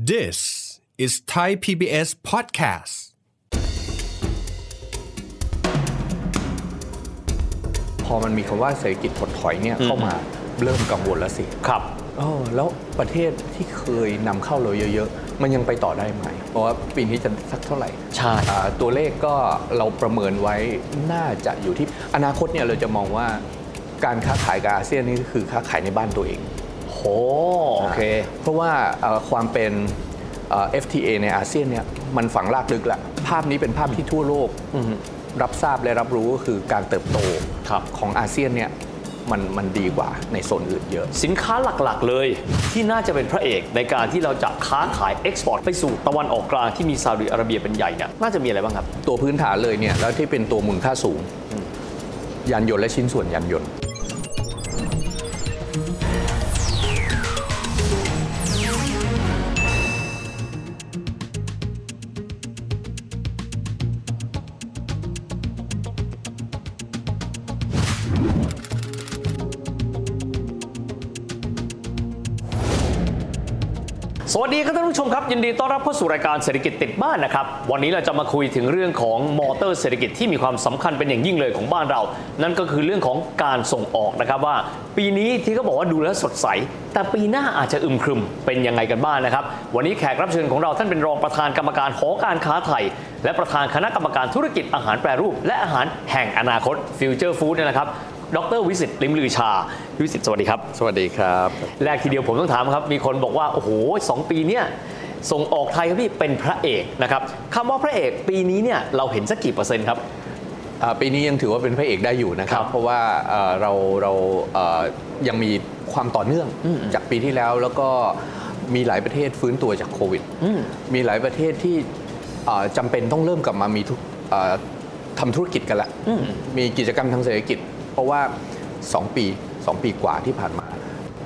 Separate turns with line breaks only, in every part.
This is Thai PBS podcast.
พอมันมีคำว่าเศรษฐกิจถดถอยเนี่ยเข้ามาเริ่มกังวลแล้วสิครับออแล้วประเทศที่เคยนำเข้าเราเยอะๆ มันยังไปต่อได้ไหม เพราะว่าปีนี้จะสักเท่าไหร่
ใช่
อ่าตัวเลขก็เราประเมินไว้น่าจะอยู่ที่อนาคตเนี่ยเราจะมองว่าการค้าขายกับอาเซียนนี่ก็คือค้าขายในบ้านตัวเอง
โห
โอเค เพราะว่าเอ่อความเป็นเอ่อ FTA ในอาเซียนเนี่ยมันฝังรากลึกละภาพนี้เป็นภาพที่ทั่วโลกรับทราบและรับรู้ก็คือการเติบโต
ครับ
ของอาเซียนเนี่ยมันมันดีกว่าในโซนอื่นเยอะ
สินค้าหลักๆ เลยที่น่าจะเป็นพระเอกในการที่เราจะค้าขายเอ็กซ์พอร์ตไปสู่ตะวันออกกลางที่มีซาอุดิอาระเบียเป็นใหญ่เนี่ยน่าจะมีอะไรบ้างครับ
ตัวพื้นฐานเลยเนี่ยแล้วที่เป็นตัวมูลค่าสูง ยานยนต์และชิ้นส่วนยานยนต์
สวัสดีครับท่านผู้ชมครับ ยินดีต้อนรับเข้าสู่รายการเศรษฐกิจติดบ้านนะครับ วันนี้เราจะมาคุยถึงเรื่องของมอเตอร์เศรษฐกิจที่มีความสำคัญเป็นอย่างยิ่งเลยของบ้านเรา นั่นก็คือเรื่องของการส่งออกนะครับว่า ปีนี้ที่เขาบอกว่าดูแล้วสดใส แต่ปีหน้าอาจจะอึมครึมเป็นยังไงกันบ้างนะครับ วันนี้แขกรับเชิญของเราท่านเป็นรองประธานกรรมการหอการค้าไทย และประธานคณะกรรมการธุรกิจอาหารแปรรูป และอาหารแห่งอนาคตฟิวเจอร์ฟู้ดเนี่ยนะครับ ดรวิสิตลิมลือชาวิสิตสวัสดีครับ
สวัสดีครับ
แรกทีเดียวผมต้องถามครับ มีคนบอกว่า โอ้โหสองปีเนี่ยส่งออกไทยครับพี่เป็นพระเอกนะครับคำว่าพระเอกปีนี้เนี่ยเราเห็นสักกี่เปอร์เซ็นต์ครับ
อ่าปีนี้ยังถือว่าเป็นพระเอกได้อยู่นะครั
ครับ บ
เพราะว่าเอ่อเราเราเอ่อยังมีความต่อเนื่องจากปีที่แล้วแล้วก็มีหลายประเทศฟื้นตัวจากโควิด
อืม
มีหลายประเทศที่เอ่อจำเป็นต้องเริ่มกลับมามีทุกเอ่อทำธุรกิจกันละมีกิจกรรมทางเศรษฐกิจ เพราะว่า 2 ปี 2 ปีกว่าที่ผ่านมา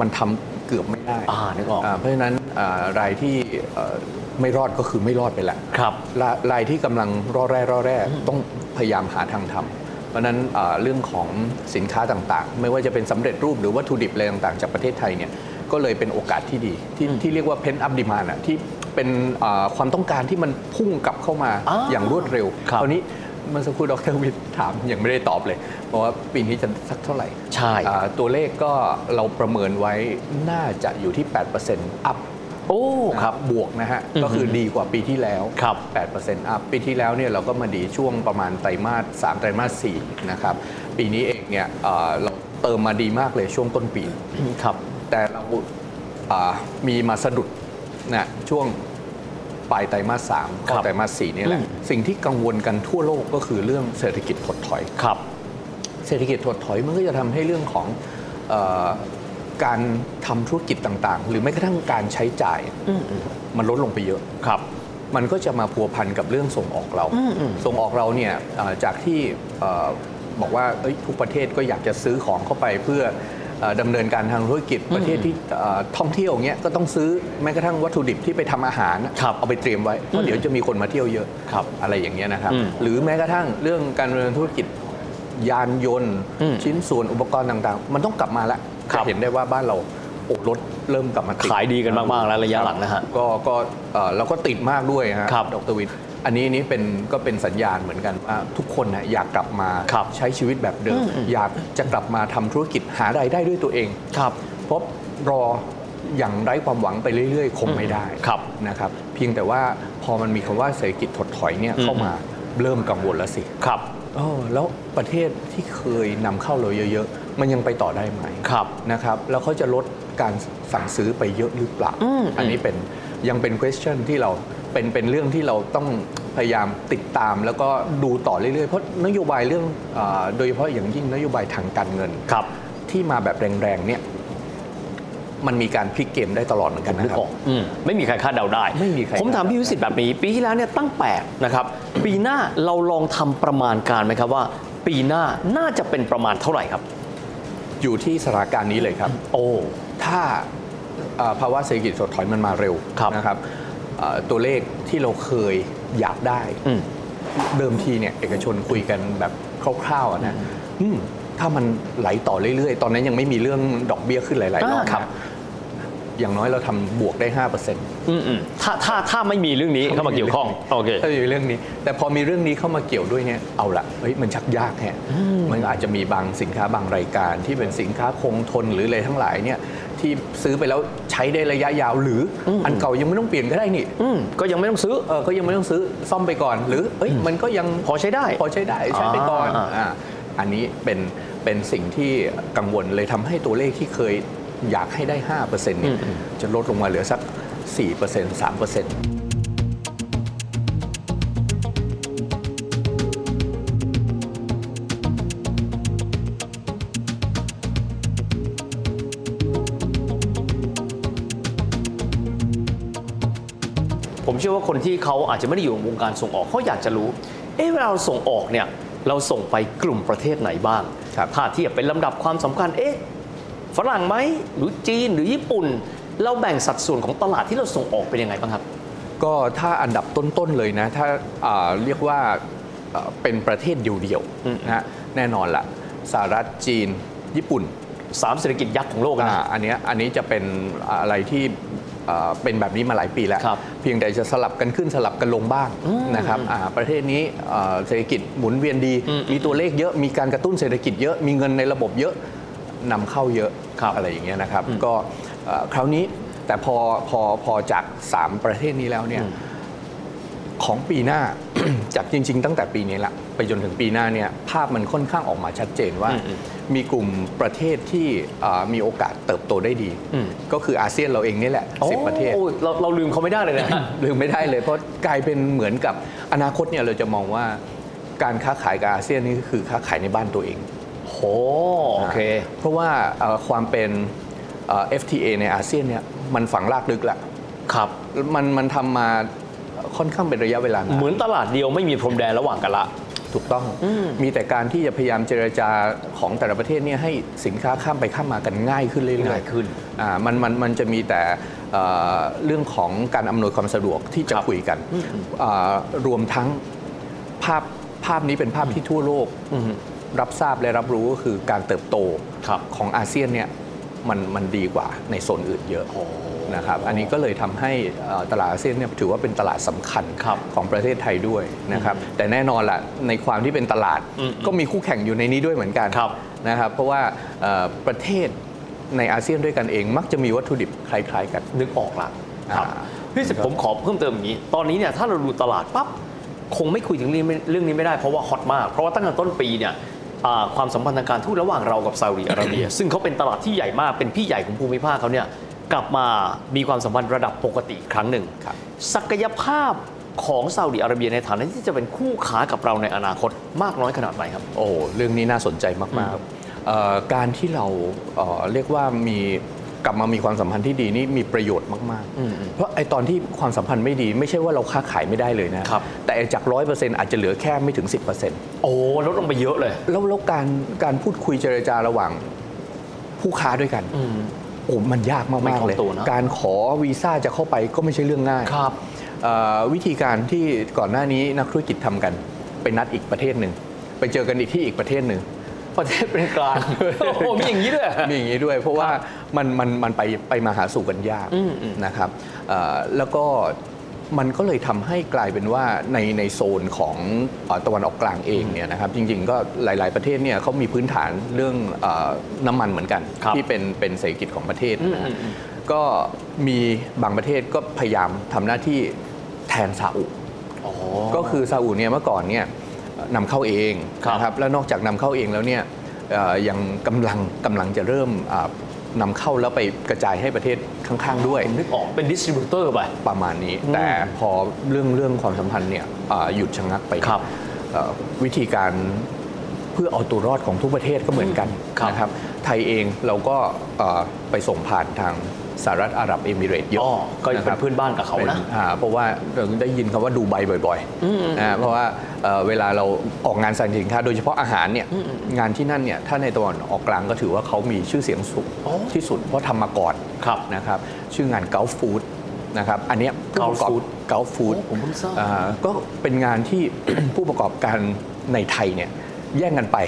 มันทำเกือบไม่ได้
อ่านึกออก
าเพราะฉะนั้นอ่ารายที่เอ่อไม่รอดก็คือไม่รอดไปแล้ว
ครับ
รายรายที่กำลังร่อแร่ร่อแร่ต้องพยายามหาทางทำเพราะฉะนั้นเอ่อเรื่องของสินค้าต่างๆ ไม่ว่าจะเป็นสำเร็จรูปหรือวัตถุดิบอะไรต่างๆ จากประเทศไทยเนี่ยก็เลยเป็นโอกาสที่ดี ที่ที่เรียกว่าเพนอัพดิมานอะที่เป็นเอ่อความต้องการที่มันพุ่งกลับเข้ามา
อ่า
อย่างรวดเร็ว
ครับ
ราวนี้เมื่อสักครู่ดรวิทย์ถามยังไม่ได้ตอบเลยเพราะว่าปีนี้จะสักเท่าไหร่
ใช่
อ่าตัวเลขก็เราประเมินไว้น่าจะอยู่ที่ 8% up
โอ้ ครับ
บวกนะฮะ ก็คือดีกว่าปีที่แล้ว
ครับ
8%อัพปีที่แล้วเนี่ยเราก็มาดีช่วงประมาณไตรมาส3ไตรมาส4นะครับ ปีนี้เองเนี่ยเอ่อเราเติมมาดีมากเลยช่วงต้นปี
ครับ
แต่เราอ่ามีมาสะดุดนะช่วงปลายไตรมาสสาม
ครั
เข้า
บ
ไตรมาสสี่นี่แหละ สิ่งที่กังวลกันทั่วโลกก็คือเรื่องเศรษฐกิจถดถอย
ครับ
เศรษฐกิจถดถอยมันก็จะทำให้เรื่องของเออการทำธุรกิจต่างๆ หรือแม้กระทั่งการใช้จ่ายมันลดลงไปเยอะ
ครับ
มันก็จะมาพัวพันกับเรื่องส่งออกเรา ส่งออกเราเนี่ยเอ่อจากที่เอ่อบอกว่าเอ้ยทุกประเทศก็อยากจะซื้อของเข้าไปเพื่อเอ่อดำเนินการทางธุรกิจประเทศที่เอ่อท่องเที่ยวเงี้ยก็ต้องซื้อแม้กระทั่งวัตถุดิบที่ไปทำอาหารอะ
ครับ
เอาไปเตรียมไว้เพราะเดี๋ยวจะมีคนมาเที่ยวเยอะ
ครับ
อะไรอย่างเงี้ยนะครับ
อืม
หรือแม้กระทั่งเรื่องการดำเนินธุรกิจยานยนต์
อืม
ชิ้นส่วนอุปกรณ์ต่างๆ มันต้องกลับมาแล้ว
ครับ
จะเห็นได้ว่าบ้านเราโอ้รถเริ่มกลับมาติด
ขายดีกันมาก ๆ แล้วระยะหลังนะฮะ
ก็ก็เอ่อเราก็ติดมากด้วยฮะ
ครับ
ดรวิทย์อันนี้นี่เป็นก็เป็นสัญญาณเหมือนกันว่าทุกคนนะอยากกลับมา
ครับ
ใช้ชีวิตแบบเดิม อยากจะกลับมาทำธุรกิจหารายได้ด้วยตัวเอง
ครับ
เพราะรออย่างไร้ความหวังไปเรื่อยๆ คงไม่ได้
ครับ
นะครับ เพียงแต่ว่าพอมันมีคำว่าเศรษฐกิจถดถอยเนี่ย
อืม
เข้ามาเริ่มกังวลแล้วสิ
ครับ
เออแล้วประเทศที่เคยนำเข้าเราเยอะๆ มันยังไปต่อได้ไหม
ครับ
นะครับแล้วเขาจะลดการสั่งซื้อไปเยอะหรือเปล่า
อืม
นนี้เป็นยังเป็น question ที่เราเป็นเป็นเรื่องที่เราต้องพยายามติดตาม แล้วก็ดูต่อเรื่อยๆ เพราะนโยบายเรื่องอาโดยเฉพาะอย่างยิ่งนโยบายทางการเงิน
ครับ
ที่มาแบบแรงๆเนี่ยมันมีการพลิกเกมได้ตลอดเหมือนกัน
นึ
นะค
ก
รั
อบ อกอืมไม่มีใครคาดเดาได้
ไม่มีใคร
ผมถาม
คาดเดา
พี่วิสิตแบบนี้ ปีที่แล้วเนี่ยตั้งแปดนะครับ ปีหน้าเราลองทำประมาณการไหมครับว่า ปีหน้าน่าจะเป็นประมาณเท่าไหร่ครับ
อยู่ที่สถานการณ์นี้เลยครับ
โอ้
ถ้าเอ่อภาวะเศรษฐกิจถดถอยมันมาเร็ว
ครับ
นะครับเอ่อตัวเลขที่เราเคยอยากได้
อืม
เดิมทีเนี่ยเอกชนคุยกันแบบคร่าวๆอะนะอืมถ้ามันไหลต่อเรื่อยๆ ตอนนั้นยังไม่มีเรื่องดอกเบี้ยขึ้นหลายๆรอบ
อ่า
นะครับ อย่างน้อยเราทำบวกได้ 5%
อืมอืมถ้าถ้าถ้าไม่มีเรื่องนี้เข้ามาเกี่ยวข้องโอเค
ถ้าอยู่เรื่องนี้ แต่พอมีเรื่องนี้เข้ามาเกี่ยวด้วยเนี่ยเอาละเฮ้ยมันชักยากแฮะมันอาจจะมีบางสินค้าบางรายการ ที่เป็นสินค้าคงทนหรืออะไรทั้งหลายเนี่ยที่ซื้อไปแล้วใช้ได้ระยะยาว หรือออันเก่ายังไม่ต้องเปลี่ยนก็ได้นี่
อืมก็ยังไม่ต้องซื้อ
เออก็ยังไม่ต้องซื้อซ่อมไปก่อน หรือเอ้ยมันก็ยัง
พอใช้ได้
พอใช้ได้ใช้ไปก่อน
อ่า
อ่าอันนี้เป็นเป็นสิ่งที่กังวลเลยทำให้ตัวเลขที่เคยอยากให้ได้ 5%เนี่ยจะลดลงมาเหลือสัก 4% 3%
ผมเชื่อว่าคนที่เขาอาจจะไม่ได้อยู่ในวงการส่งออกเขาอยากจะรู้ เอ๊ะเวลาเราส่งออกเนี่ยเราส่งไปกลุ่มประเทศไหนบ้าง
ครับ
ถ้าเทียบเป็นลำดับความสำคัญ เอ๊ะฝรั่งไหมหรือจีนหรือญี่ปุ่น เราแบ่งสัดส่วนของตลาดที่เราส่งออกเป็นยังไงบ้างครับ
ก็ถ้าอันดับต้น ๆ เลยนะ ถ้าอ่าเรียกว่าเอ่อเป็นประเทศเดียวๆนะฮะแน่นอนละสหรัฐจีน ญี่ปุ่น
สามเศรษฐกิจยักษ์ของโลกนะ
อ่าอันเนี้ยอันนี้จะเป็นอะไรที่เอ่อเป็นแบบนี้มาหลายปีแล้ว
ครับ
เพียงแต่จะสลับกันขึ้นสลับกันลงบ้างนะครับอ่าประเทศนี้เอ่อเศรษฐกิจหมุนเวียนดี
อืม
มีตัวเลขเยอะมีการกระตุ้นเศรษฐกิจเยอะมีเงินในระบบเยอะนำเข้าเยอะ
ครับ
อะไรอย่างเงี้ยนะครับ ก็เอ่อคราวนี้แต่พอพอพอจาก 3 ประเทศนี้แล้วเนี่ย ของปีหน้า จากจริง ๆ ตั้งแต่ปีนี้ละไปจนถึงปีหน้าเนี่ยภาพมันค่อนข้างออกมาชัดเจนว่า
อืม
มีกลุ่มประเทศที่อ่ามีโอกาสเติบโตได้ดี
อืม
ก็คืออาเซียนเราเองนี่แหละสิบประเทศ
โอ้ยเราเราลืมเขาไม่ได้เลยนะ
ลืมไม่ได้เลยเพราะกลายเป็นเหมือนกับอนาคตเนี่ยเราจะมองว่าการค้าขายกับอาเซียนนี่คือค้าขายในบ้านตัวเอง
โหโอเค
เพราะว่าเอ่อความเป็นเอ่อ FTA ในอาเซียนเนี่ยมันฝังรากลึกละ
ครับ
มันมันทำมาค่อนข้างเป็นระยะเวลานา
เห
น
มือนตลาดเดียวไม่มีพรมแดนระหว่างกันละ
ถูกต้อง มีแต่การที่จะพยายามเจรจาของแต่ละประเทศเนี่ยให้สินค้าข้ามไปข้ามมากันง่ายขึ้นเรื่อยๆ
ง่ายขึ้น
อ่ามันมันมันจะมีแต่เอ่อเรื่องของการอำนวยความสะดวกที่จะคุยกันอ่ารวมทั้งภาพภาพนี้เป็นภาพที่ทั่วโลกรับทราบและรับรู้ก็คือการเติบโต
ครับ
ของอาเซียนเนี่ยมันมันดีกว่าในโซนอื่นเยอะนะครับอันนี้ก็เลยทำให้เอ่อตลาดอาเซียนเนี่ยถือว่าเป็นตลาดสำคัญ
ครับ
ของประเทศไทยด้วยนะครับ แต่แน่นอนละในความที่เป็นตลาดก็มีคู่แข่งอยู่ในนี้ด้วยเหมือนกัน
ครับ
นะครับ เพราะว่าเอ่อประเทศในอาเซียนด้วยกันเอง มักจะมีวัตถุดิบคล้ายๆกัน
นึกออกละ
อ่า
ครับพี่สิทธิ์ผมขอเพิ่มเติมอย่างนี้ ตอนนี้เนี่ยถ้าเราดูตลาดปั๊บคงไม่คุยถึงเรื่องเรื่องนี้ไม่ได้เพราะว่าฮอตมาก เพราะว่าตั้งแต่ต้นปีเนี่ยอ่าความสัมพันธ์ทางการทูตระหว่างเรากับซาอุดิอาระเบีย ซึ่งเขาเป็นตลาดที่ใหญ่มากเป็นพี่ใหญ่ของภูมิภาคเขาเนี่ยกลับมามีความสัมพันธ์ระดับปกติอีกครั้งหนึ่ง
ครับ
ศักยภาพของซาอุดิอาระเบียในฐานะที่จะเป็นคู่ค้ากับเราในอนาคตมากน้อยขนาดไหนครับ
โอ้เรื่องนี้น่าสนใจมากๆเอ่อการที่เราเอ่อเรียกว่ามีกลับมามีความสัมพันธ์ที่ดีนี่มีประโยชน์มาก
อืม
ๆ เพราะไอตอนที่ความสัมพันธ์ไม่ดี ไม่ใช่ว่าเราค้าขายไม่ได้เลยนะครับ แต่ไอ้จากร้อยเปอร์เซ็นต์อาจจะเหลือแค่ไม่ถึงสิบเปอร์เซ็นต์
โอ้ลดลงไปเยอะเลย
แล้วแล้วการการพูดคุยเจรจาระหว่างผู้ค้าด้วยกันโอ้มันยากมาก
ไม่
มาก
คล่อง
เลย
ตัวนะ
การขอวีซ่าจะเข้าไปก็ไม่ใช่เรื่องง่าย
ครับ
เอ่อวิธีการที่ก่อนหน้านี้นักธุรกิจทำกัน ไปนัดอีกประเทศหนึ่ง ไปเจอกันอีกที่อีกประเทศหนึ่ง
ประเทศเป็นกลาง โอ้โหมีอย่างนี้ด้วย
มีอย่างนี้ด้วยเพราะว่ามันมันมันไปไปมาหาสู่กันยาก
อืมอืม
นะครับเอ่อแล้วก็มันก็เลยทำให้กลายเป็นว่าในในโซนของเอ่อตะวันออกกลางเองเนี่ยนะครับจริงๆก็หลาย ๆประเทศเนี่ยเขามีพื้นฐานเรื่องเออน้ำมันเหมือนกัน
ครับ
ที่เป็นเป็นเศรษฐกิจของประเทศนะฮะ
อืมอืม
ก็มีบางประเทศก็พยายามทำหน้าที่แทนซาอุ
อ๋อ
ก็คือซาอุเนี่ยเมื่อก่อนเนี่ยนำเข้าเอง
ครับ
นะครับแล้วนอกจากนำเข้าเองแล้วเนี่ยเอ่อยังกำลังกำลังจะเริ่มอ่านำเข้าแล้วไปกระจายให้ประเทศข้างๆด้วย
ผมนึกออกเป็นดิสติบิวเตอร์ไป
ประมาณนี้
อืม
แต่พอเรื่องเรื่องความสัมพันธ์เนี่ยอ่าหยุดชะงักไป
ครับ
เอ่อวิธีการเพื่อเอาตัวรอดของทุกประเทศก็เหมือนกัน
ครับ
นะครับไทยเองเราก็เอ่อไปส่งผ่านทางสหรัฐอาหรับเอมิเรตส์เย
อ๋
อะ
อก็ยังเป็นะครับเพื่อนบ้านกับเขานะ
ป็อ่เพราะว่าเราได้ยินคำว่าดูไบบ่อยๆนะเพราะว่าเอ่อเวลาเราออกงานสั่งสินค้า โดยเฉพาะอาหารเนี่ยงานที่นั่นเนี่ยถ้าในตะวันออกกลางก็ถือว่าเขามีชื่อเสียงสูง
อ๋อ
ที่สุดเพราะทำมาก่อน
ครับ
นะครับชื่องาน Gulf Food นะครับอันเนี้ย
Gulf
ผู้ประกอบ
Food
Gulf Food
โอ้ผมเพิ่งทราบ
อ่าก็เป็นงานที่ ผู้ประกอบการในไทยเนี่ยแย่งกันไป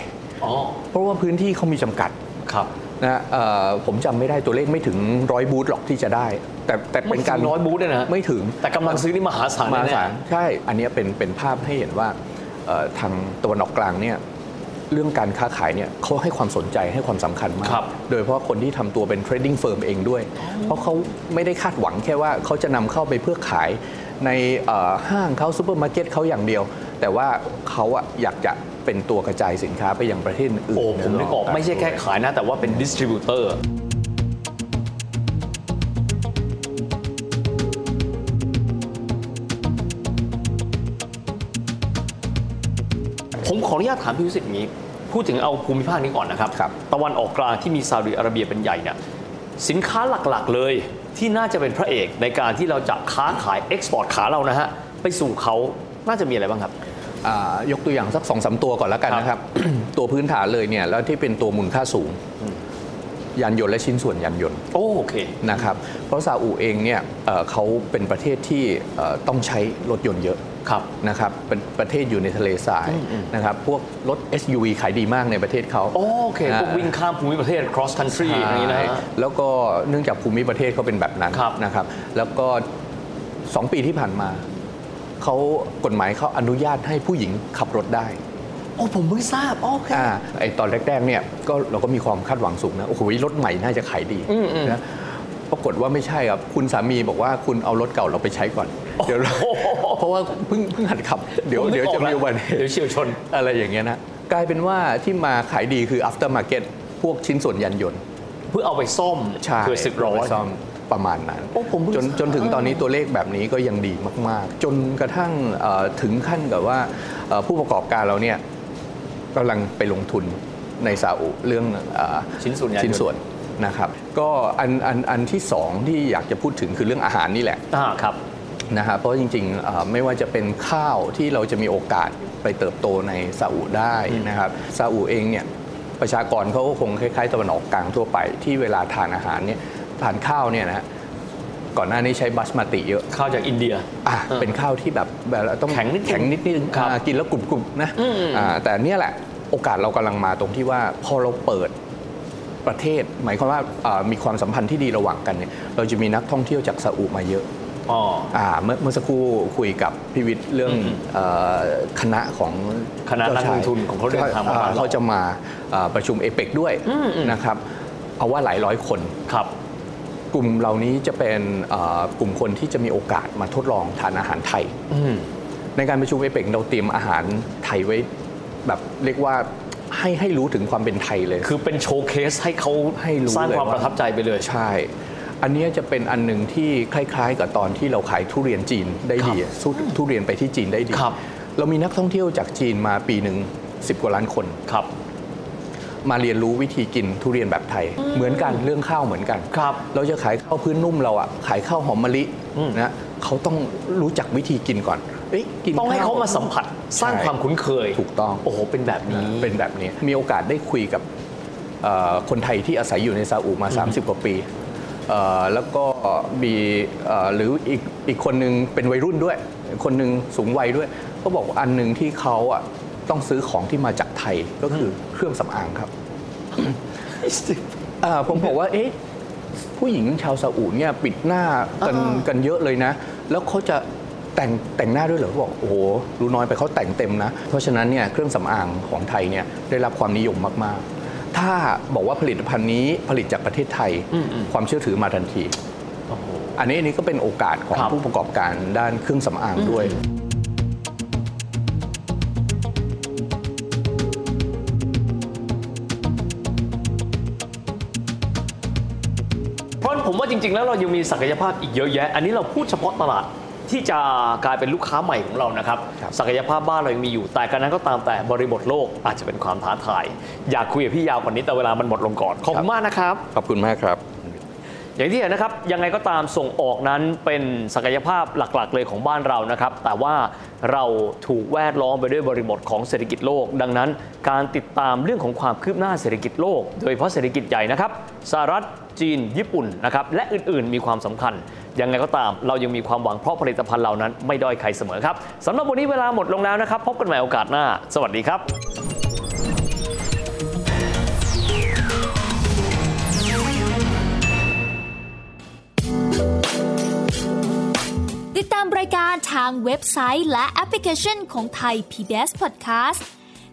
อ๋อ
เพราะว่าพื้นที่เขามีจำกัด
ครับ
นะฮะเอ่อผมจำไม่ได้ตัวเลขไม่ถึงร้อยบูธหรอกที่จะได้ แต่แต่เป็นการ
ไม่ถึงร้อยบูธเลยนะฮะ
ไม่ถึง
แต่กำลังซื้อนี่มหาศาล
มหา
แน่ๆ
ศาลใช่อันเนี้ยเป็นเป็นภาพให้เห็นว่าเอ่อทางตะวันออกกลางเนี่ยเรื่องการค้าขายเนี่ยเขาให้ความสนใจให้ความสำคัญมาก
ครับ
โดยเฉพาะคนที่ทำตัวเป็น trading firm เองด้วย เพราะเขาไม่ได้คาดหวังแค่ว่าเขาจะนำเข้าไปเพื่อขายในเอ่อห้างเขาซูเปอร์มาร์เก็ตเขาอย่างเดียว แต่ว่าเขาอะอยากจะเป็นตัวกระจายสินค้าไปยังประเทศอื่น
โอ้ผมนึกออก
ใโล
ไม่ใช่แค่ขายนะ แต่ว่าเป็นดิสทริบิวเตอร์ ผมขออนุญาตถามพี่วิสิทธิ์อย่างนี้ พูดถึงเอาภูมิภาคนี้ก่อนนะครับ ตะวันออกกลางที่มีซาอุดิอาระเบียเป็นใหญ่เนี่ยสินค้าหลักๆเลยที่น่าจะเป็นพระเอกในการที่เราจะค้าขายเอ็กซ์พอร์ตขาเรานะฮะ ไปสู่เขาน่าจะมีอะไรบ้างครับ
อ่ายกตัวอย่างสักสองสามตัวก่อนแล้วกัน
ครับ
นะครับ ตัวพื้นฐานเลยเนี่ยแล้วที่เป็นตัวมูลค่าสูงยานยนต์และชิ้นส่วนยานยนต์
โอ้โอเค
นะครับเพราะซาอุเองเนี่ยเอ่อเขาเป็นประเทศที่เอ่อต้องใช้รถยนต์เยอะ
ครับ
นะครับเป็นประเทศอยู่ในทะเลทรายนะครับพวกรถ SUV ขายดีมากในประเทศเขา
โอเค
อ่า
พวกวิ่งข้ามภูมิประเทศ cross country อย่างนี้นะฮะ
ใช่แล้วก็เนื่องจากภูมิประเทศเขาเป็นแบบนั้น
ครับ
นะครับแล้วก็ 2 ปีที่ผ่านมาเขากฎหมายเขาอนุญาตให้ผู้หญิงขับรถได้
โอ้ผมเพิ่งทราบ โอเค
อ่าไอตอนแรกๆเนี่ยก็เราก็มีความคาดหวังสูงนะโอ้โหรถใหม่น่าจะขายดีนะปรากฏว่าไม่ใช่ครับคุณสามีบอกว่าคุณเอารถเก่าเราไปใช้ก่อนเดี๋ยวเรา เพราะว่าเพิ่งเพิ่งหัดขับ เดี๋ยว
ผมนึก
เดี๋ยว
ออ
จะ
กแล้ว
มีอุบัติเหตุ
เดี๋ยวเฉี่ยวชน
อะไรอย่างเงี้ยนะ กลายเป็นว่าที่มาขายดีคือ after market พวกชิ้นส่วนยานยนต์
เพื่อเอาไปซ่อม
ใช่
เพื่อสึกร้อน
ไปซ่อมประมาณนั้น
โอ้ผมเพิ่ง
จน
ทราบ
จนถึงตอนนี้ตัวเลขแบบนี้ก็ยังดีมาก ๆ จนกระทั่งเอ่อถึงขั้นกับว่าเอ่อผู้ประกอบการเราเนี่ยกำลังไปลงทุนในซาอุเรื่องเอ่อ
ชิ้นส่วนยานย
ชิ้น
นต์
ส่วนนะครับก็อันอันอันที่สองที่อยากจะพูดถึงคือเรื่องอาหารนี่แหละ
อ่าครับ
นะฮะเพราะจริงๆเอ่อไม่ว่าจะเป็นข้าวที่เราจะมีโอกาสไปเติบโตในซาอุได้นะครับซาอุเองเนี่ยประชากรเขาก็คงคล้ายๆตะวันออกกลางทั่วไปที่เวลาทานอาหารเนี่ยทานข้าวเนี่ยนะฮะก่อนหน้านี้ใช้บัสมาติเยอะ
ข้าวจากอินเดีย
อ่ะเป็นข้าวที่แบบแบบต้อง
แข็งนิดนึง
แข็งนิดนึง
ครับ
อ่ากินแล้วกรุบๆนะ
อืม
อ่าแต่เนี่ยแหละโอกาสเรากำลังมาตรงที่ว่าพอเราเปิดประเทศ หมายความว่าเอ่อมีความสัมพันธ์ที่ดีระหว่างกันเนี่ยเราจะมีนักท่องเที่ยวจากซาอุมาเยอะ
อ๋อ
อ่าเมื่อเมื่อสักครู่คุยกับพี่วิทย์เรื่องเออคณะของ
คณะนัก
จ้ชย
ลงทุนของเขาเดินทางมา
อ่
บ้านเรา
เขาจะมาเอ่อประชุมเอเปกด้วย
อืมอืม
นะครับเอาว่าหลายร้อยคน
ครับ
กลุ่มเหล่านี้จะเป็นเอ่อกลุ่มคนที่จะมีโอกาสมาทดลองทานอาหารไทย
อืม
ในการประชุมเอเปกเราเตรียมอาหารไทยไว้แบบเรียกว่าให้ให้รู้ถึงความเป็นไทยเลย
คือเป็นโชว์เคสให้เขา
ให้รู้
สร้าง
เลย
ความ
ว่า
ประทับใจไปเลย
ใช่ อันเนี้ยจะเป็นอันหนึ่งที่คล้ายๆ กับตอนที่เราขายทุเรียนจีนได้ดีสู้ทุเรียนไปที่จีนได้ดี
ครับ
เรามีนักท่องเที่ยวจากจีนมาปีหนึ่ง10 กว่าล้านคน
ครับ
มาเรียนรู้วิธีกินทุเรียนแบบไทย เหมือนกันเรื่องข้าวเหมือนกัน
ครับ
เราจะขายข้าวพื้นนุ่มเราอะขายข้าวหอมมะลิ
อืม
นะเขาต้องรู้จักวิธีกินก่อนเอ้ยกิน
ต้องให้
ข้ว
เขามาสัมผัสสร้าง
ใช่
ความคุ้นเคย
ถูกต้อง
โอ้โห เป็นแบบนี้
เป็นแบบนี้มีโอกาสได้คุยกับเอ่อคนไทยที่อาศัยอยู่ในซาอุมา 30 กว่าปีเอ่อแล้วก็มีเอ่อหรืออีกอีกคนหนึ่งเป็นวัยรุ่นด้วย คนหนึ่งสูงวัยด้วยก็บอกว่าอันหนึ่งที่เขาอ่ะต้องซื้อของที่มาจากไทยก็คืออเครื่องสำอางครับอ่าผมบอกว่าเอ๊ะผู้หญิงชาวซาอุเนี่ยปิดหน้ากัน
อ่า
กันเยอะเลยนะ แล้วเขาจะแต่งแต่งหน้าด้วยเหรอเขาบอกโอ้โหรู้น้อยไปเขาแต่งเต็มนะ เพราะฉะนั้นเนี่ยเครื่องสำอางของไทยเนี่ยได้รับความนิยมมาก ๆ ถ้าบอกว่าผลิตภัณฑ์นี้ผลิตจากประเทศไทย ความเชื่อถือมาทันที
โอ้โห
อันนี้อันนี้ก็เป็นโอกาสของ
ครับ
ผู้ประกอบการด้านเครื่องสำอางด้วย
เพราะผมว่าจริง ๆ แล้วเรายังมีศักยภาพอีกเยอะแยะ อันนี้เราพูดเฉพาะตลาดที่จะกลายเป็นลูกค้าใหม่ของเรานะครับ
ครับ
ศักยภาพบ้านเรายังมีอยู่ แต่การนั้นก็ตามแต่บริบทโลกอาจจะเป็นความท้าทาย อยากคุยกับพี่ยาวกว่านี้แต่เวลามันหมดลงก่อน ขอบ
ครั
คุณ
บ
มากนะครับ
ขอบคุณมากครับ
อย่างที่เห็นนะครับ ยังไงก็ตามส่งออกนั้นเป็นศักยภาพหลักๆ เลยของบ้านเรานะครับ แต่ว่าเราถูกแวดล้อมไปด้วยบริบทของเศรษฐกิจโลก ดังนั้น การติดตามเรื่องของความคืบหน้าเศรษฐกิจโลก โดยเฉพาะเศรษฐกิจใหญ่นะครับสหรัฐจีน ญี่ปุ่นนะครับและอื่นๆ มีความสำคัญ ยังไงก็ตามเรายังมีความหวังเพราะผลิตภัณฑ์เหล่านั้นไม่ด้อยใครเสมอครับสำหรับวันนี้เวลาหมดลงแล้วนะครับพบกันใหม่โอกาสหน้า สวัสดีครับ
ทางเว็บไซต์และแอปพลิเคชันของไทย PBS Podcast